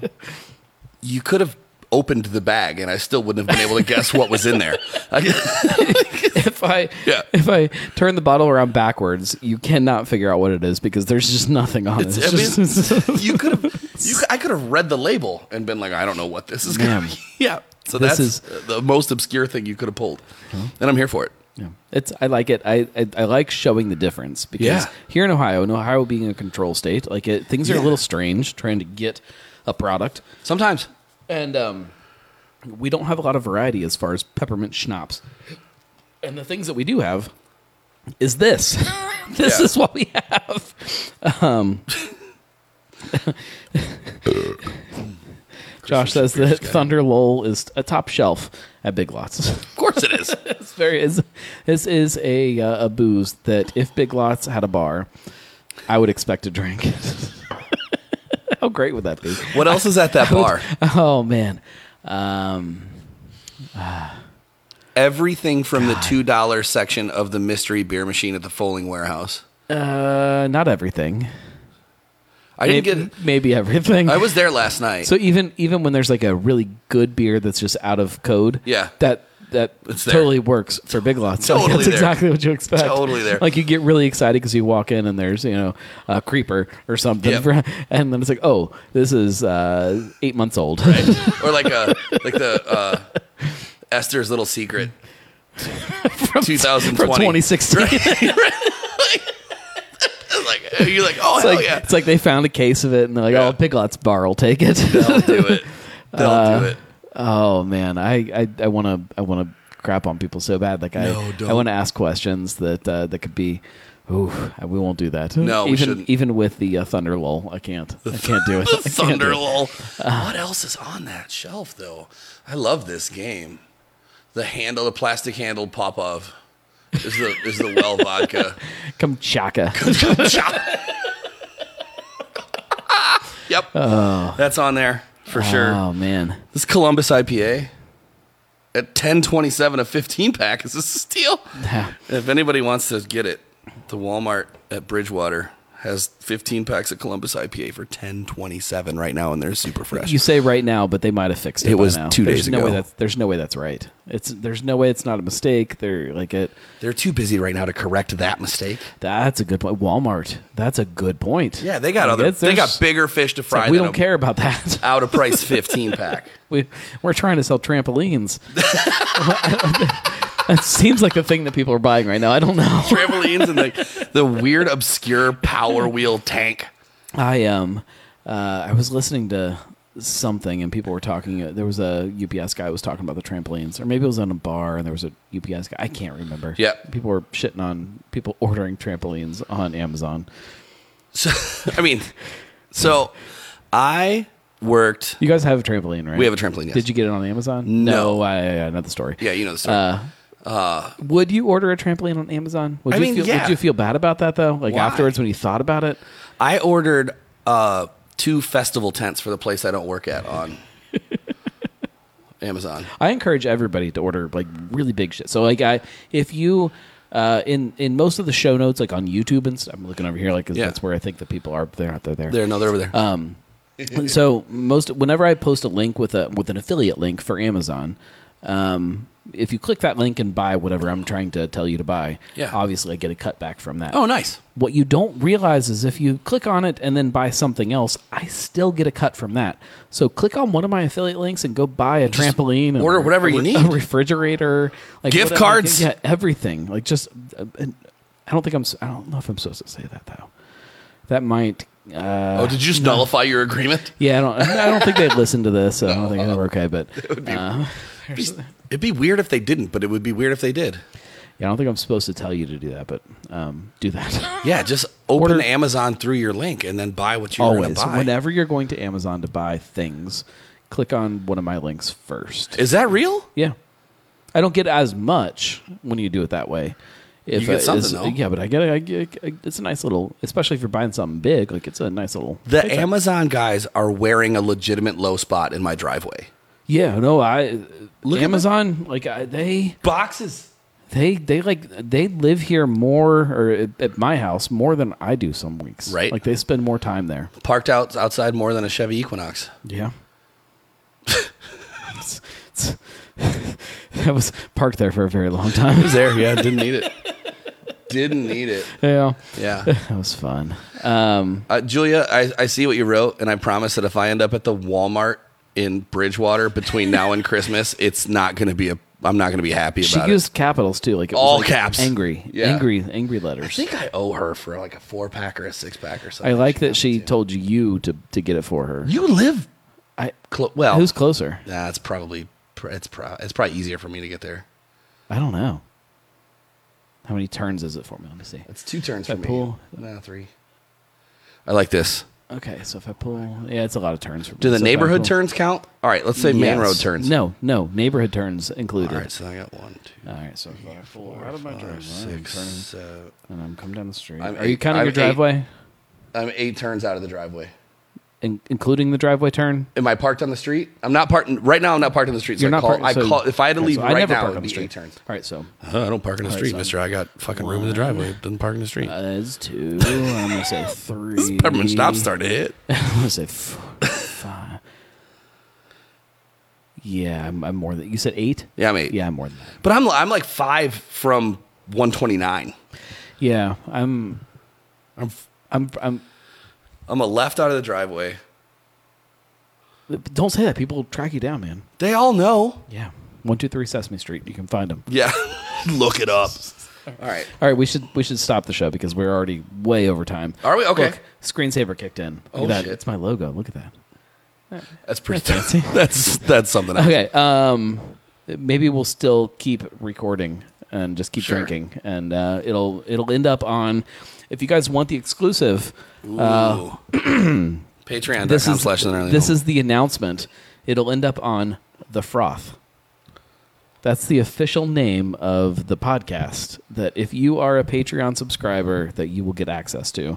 you could have opened the bag, and I still wouldn't have been able to guess what was in there.
if i
Yeah.
if i turn the bottle around backwards you cannot figure out what it is because there's just nothing on it
It's-
It's
I mean,
just-
you could have. You, c- I could have read the label and been like, I don't know what this is. Gonna
Man.
be. Yeah. So
This
that's the most obscure thing you could have pulled, and I'm here for it.
Yeah. It's I like it. I, I I like showing the difference because
Yeah.
here in Ohio, and Ohio being a control state, like it, things are
Yeah.
a little strange trying to get a product,
Sometimes
and um, we don't have a lot of variety as far as peppermint schnapps. And the things that we do have is this. this
Yeah.
is what we have. Um, Josh says that Thunder Lowell is a top shelf at Big Lots.
Of course it is.
It's very is this is a uh, a booze that if Big Lots had a bar, I would expect to drink. How great would that be?
What else is at that bar?
Oh man, um,
Everything from the two dollar section of the mystery beer machine at the Foaling Warehouse.
uh, not everything.
I
Maybe,
didn't get.
maybe everything.
I was there last night.
so even even when there's like a really good beer that's just out of code,
Yeah.
that that
It's there.
totally works for Big Lots. Like,
Totally
that's
there.
exactly what you expect.
Totally there.
Like you get really excited because you walk in and there's you know a creeper or something,
Yep.
and then it's like, oh, this is uh, eight months old.
or like a like the uh, Esther's little secret. 2020.
From 2016,
Like, you're like, oh
it's,
hell
like,
yeah,
it's like they found a case of it, and they're like,
Yeah.
"Oh, Big Lots bar will take it."
they'll do it. They'll do it.
Oh man, I I I want to I want to crap on people so bad. Like I
No, don't.
I want to ask questions that uh, that could be. Ooh, we won't do that.
No, we
even
shouldn't.
even with the uh, thunder lull, I can't. I can't do it. I
The
can't do
Thunder
it. Uh.
Lull. what else is on that shelf though? I love this game. The handle, the plastic handle pop of is the is the well vodka.
Kamchatka.
yep. That's on there for sure.
Oh man,
This Columbus IPA at 1027 a 15 pack is a steal. if anybody wants to get it, the Walmart at Bridgewater has 15 packs of Columbus IPA for 1027 right now and they're super fresh.
you say right now, but they might have fixed it.
It
by
was
now.
two
there's
days
no
ago.
Way that's, there's no way that's right. It's there's no way it's not a mistake. They're like it.
they're too busy right now to correct that mistake.
That's a good point. Walmart. That's a good point.
Yeah, they got
Like,
other
it's-
they
there's-
got bigger fish to
it's like,
fry.
we
than
don't
a
care about that.
Out of price 15 pack.
we, we're trying to sell trampolines. that seems like a thing that people are buying right now. I don't know.
Trampolines and the, the weird obscure power wheel tank.
I um, uh, I was listening to something and people were talking. uh, There was a UPS guy who was talking about the trampolines, or maybe it was on a bar and there was a UPS guy. I can't remember.
Yeah.
people were shitting on people ordering trampolines on Amazon.
So, I mean, so I worked.
You guys have a trampoline, right?
We have a trampoline, yes.
Did you get it on Amazon?
No.
I, I know the story.
Yeah, you know the story.
Would you order a trampoline on Amazon? Would
I
you
mean,
feel,
yeah.
Would you feel bad about that though? Like
Why?
afterwards when you thought about it?
I ordered uh, two festival tents for the place I don't work at on Amazon.
I encourage everybody to order like really big shit. So like I, if you, uh, in in most of the show notes, like on YouTube and stuff, I'm looking over here, like 'cause
Yeah.
that's where I think the people are. They're not there.
There, no, they're over there.
And so most whenever I post a link with a with an affiliate link for Amazon, um, if you click that link and buy whatever I'm trying to tell you to buy,
Yeah.
obviously I get a cutback from that.
oh, nice.
What you don't realize is if you click on it and then buy something else, I still get a cut from that. So click on one of my affiliate links and go buy a trampoline,
order
or
whatever you
a,
need.
a refrigerator, like
Gift
whatever-
cards.
yeah, everything. Like just, uh, and I don't think I'm. s- I don't know if I'm supposed to say that though. That might. Uh,
Oh, did you just nullify your agreement?
yeah, I don't. I don't think they'd listen to this. So I don't think it'll work. Okay, but uh,
It'd be weird if they didn't, but it would be weird if they did.
yeah, I don't think I'm supposed to tell you to do that. But um, do that.
Yeah, just open
Order-
Amazon through your link and then buy what you're going
Always,
to buy.
whenever you're going to Amazon to buy things, click on one of my links first.
Is that real?
yeah, I don't get as much when you do it that way. If
You get
uh, is-
something, though.
Yeah, but I get, I get. It's a nice little, especially if you're buying something big. Like it's a nice little.
The
paycheck.
Amazon guys are wearing a legitimate low spot in my driveway.
yeah, no, I Amazon like I, they.
Boxes.
they they like they live here more or at, at my house more than I do some weeks.
Right.
Like they spend more time there.
Parked out outside more than a Chevy Equinox.
Yeah. I was parked there for a very long time.
It was there. Yeah, didn't need it. didn't need it.
yeah.
Yeah.
That was fun. Um,
Uh, Julia, I, I see what you wrote, and I promise that if I end up at the Walmart in Bridgewater between now and Christmas, it's not going to be a. I'm not going to be happy
she
about
used
it.
capitals too, like it was
All
like
caps.
angry,
Yeah.
angry, angry letters. I,
I think I owe her for like a four pack or a six pack or something.
like that she told you to to get it for her.
You live
I
clo- well.
who's closer?
Nah, it's probably pr- it's pro- it's probably easier for me to get there.
I don't know. How many turns is it for me? Let me see.
It's two turns
If
for
I
me.
pull-
Nah, three. I like this.
Okay, so if I pull, yeah, it's a lot of turns. For me.
Do the
So if I
neighborhood
pull-
turns count? All right, let's say main
Yes.
road turns.
No, no, neighborhood turns included.
All right, so I got one, two,
All right, so if I pull out of my
five,
driveway,
six,
I'm
seven.
turning, and I'm coming down the street.
I'm
Are
eight-
you counting
I'm
your driveway,
I'm eight turns out of the driveway.
in, including the driveway turn?
Am I parked on the street? I'm not parked. Right now, I'm not parked on the street. So
You're
I
not.
call,
parking- so-
I call. If I had to
yeah,
leave
so
right
never
now,
park on
it would
the
be
street.
eight turns.
All right, so
Uh, I don't park on the
street, so uh, I'm- mister.
I got fucking room in the driveway. Doesn't park in the street.
that's two. I'm gonna say three.
Peppermint stop started hit.
I'm gonna say four, five. Yeah, I'm, I'm more than you said eight.
Yeah, I'm eight.
Yeah, I'm more than that.
But I'm I'm like five from 129.
Yeah, I'm. I'm. I'm. I'm
I'm a left out of the driveway.
don't say that. People will track you down, man.
They all know.
Yeah. 123 Sesame Street. You can find them.
Yeah, look it up. All right.
All right, we should we should stop the show because we're already way over time.
Are we? Okay.
Look, screensaver kicked in. Look
Oh,
at that.
shit.
It's my logo. Look at that.
That's pretty
That's fancy.
that's that's something. Else.
Okay. Um, maybe we'll still keep recording and just keep
Sure.
drinking, and uh, it'll it'll end up on. If you guys want the exclusive,
Ooh. Patreon.com
Uh, this is
slash Leonard
this
Leonard.
is the announcement. It'll end up on the froth. That's the official name of the podcast. That if you are a Patreon subscriber, that you will get access to.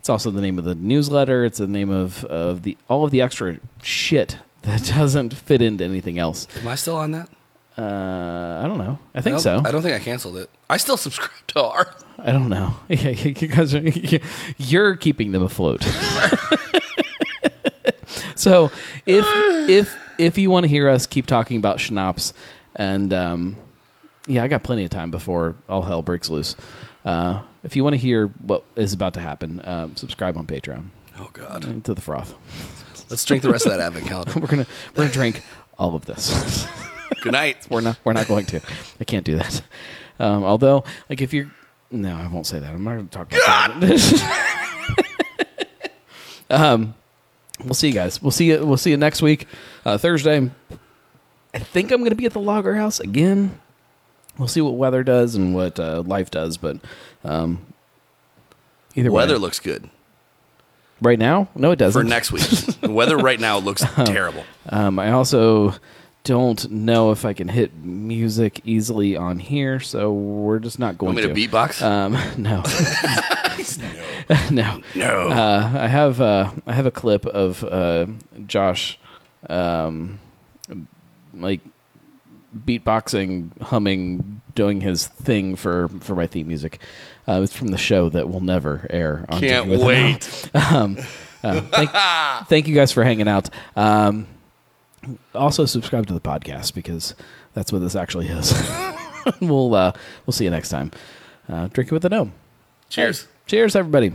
It's also the name of the newsletter. It's the name of, of the all of the extra shit that doesn't fit into anything else.
Am I still on that?
Uh, I don't know. I
I
think
don't-
so.
I don't think I canceled it. I still subscribe to our.
I don't know. Yeah, you you guys are you're keeping them afloat. so if if if you want to hear us keep talking about schnapps, and um, yeah, I got plenty of time before all hell breaks loose. Uh, if you want to hear what is about to happen, um, subscribe on Patreon
Oh God.
to the froth.
Let's drink the rest of that advent calendar.
We're gonna we're gonna drink all of this.
Good night.
We're not. We're not going to. I can't do that. Um, although, like, if you're, no, I won't say that. I'm not going to talk about that. um, we'll see you guys. We'll see you. We'll see you next week, uh, Thursday. I think I'm going to be at the Logger House again. We'll see what weather does and what uh, life does, but um, either
Weather
way,
looks good
right now, no, it doesn't.
for next week. the weather right now looks terrible.
Um, I also don't know if I can hit music easily on here, so we're just not going
Want me to beatbox?
Um, no, no.
no.
Uh, I have uh, I have a clip of uh, Josh um,
like beatboxing, humming, doing his thing for for my theme music. Uh, it's from the show that will never air. on
Can't
Drinking with the Mob.
wait.
um, uh, thank, thank you guys for hanging out. Um, also subscribe to the podcast because that's what this actually is. we'll uh, we'll see you next time. Uh, drink it with a gnome.
Cheers.
Cheers, everybody.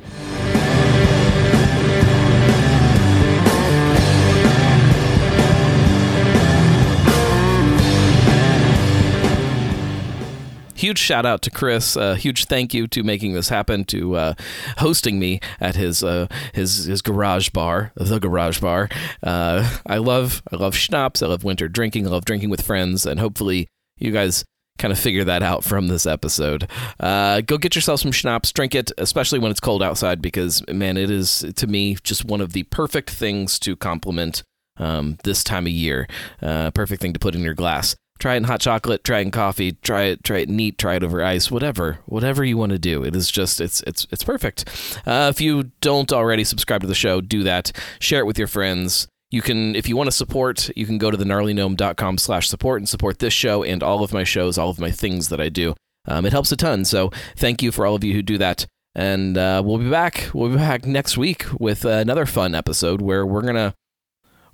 Huge shout out to Chris. Uh, huge thank you to making this happen, to uh, hosting me at his uh, his his garage bar, the garage bar. Uh, I love I love schnapps. I love winter drinking. I love drinking with friends, and hopefully you guys kind of figure that out from this episode. Uh, go get yourself some schnapps, drink it, especially when it's cold outside, because man, it is to me just one of the perfect things to complement um, this time of year. Uh, perfect thing to put in your glass. Try it in hot chocolate. Try it in coffee. Try it. Try it neat. Try it over ice. Whatever. Whatever you want to do. It is just. It's. It's. It's perfect. Uh, if you don't already subscribe to the show, do that. Share it with your friends. You can, if you want to support, you can go to the slash support and support this show and all of my shows, all of my things that I do. Um, it helps a ton. So thank you for all of you who do that. And uh, we'll be back. We'll be back next week with uh, another fun episode where we're gonna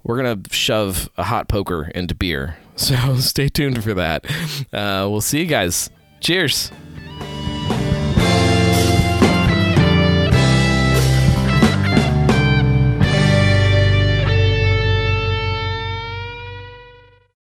we're gonna shove a hot poker into beer. So stay tuned for that. Uh, we'll see you guys. Cheers.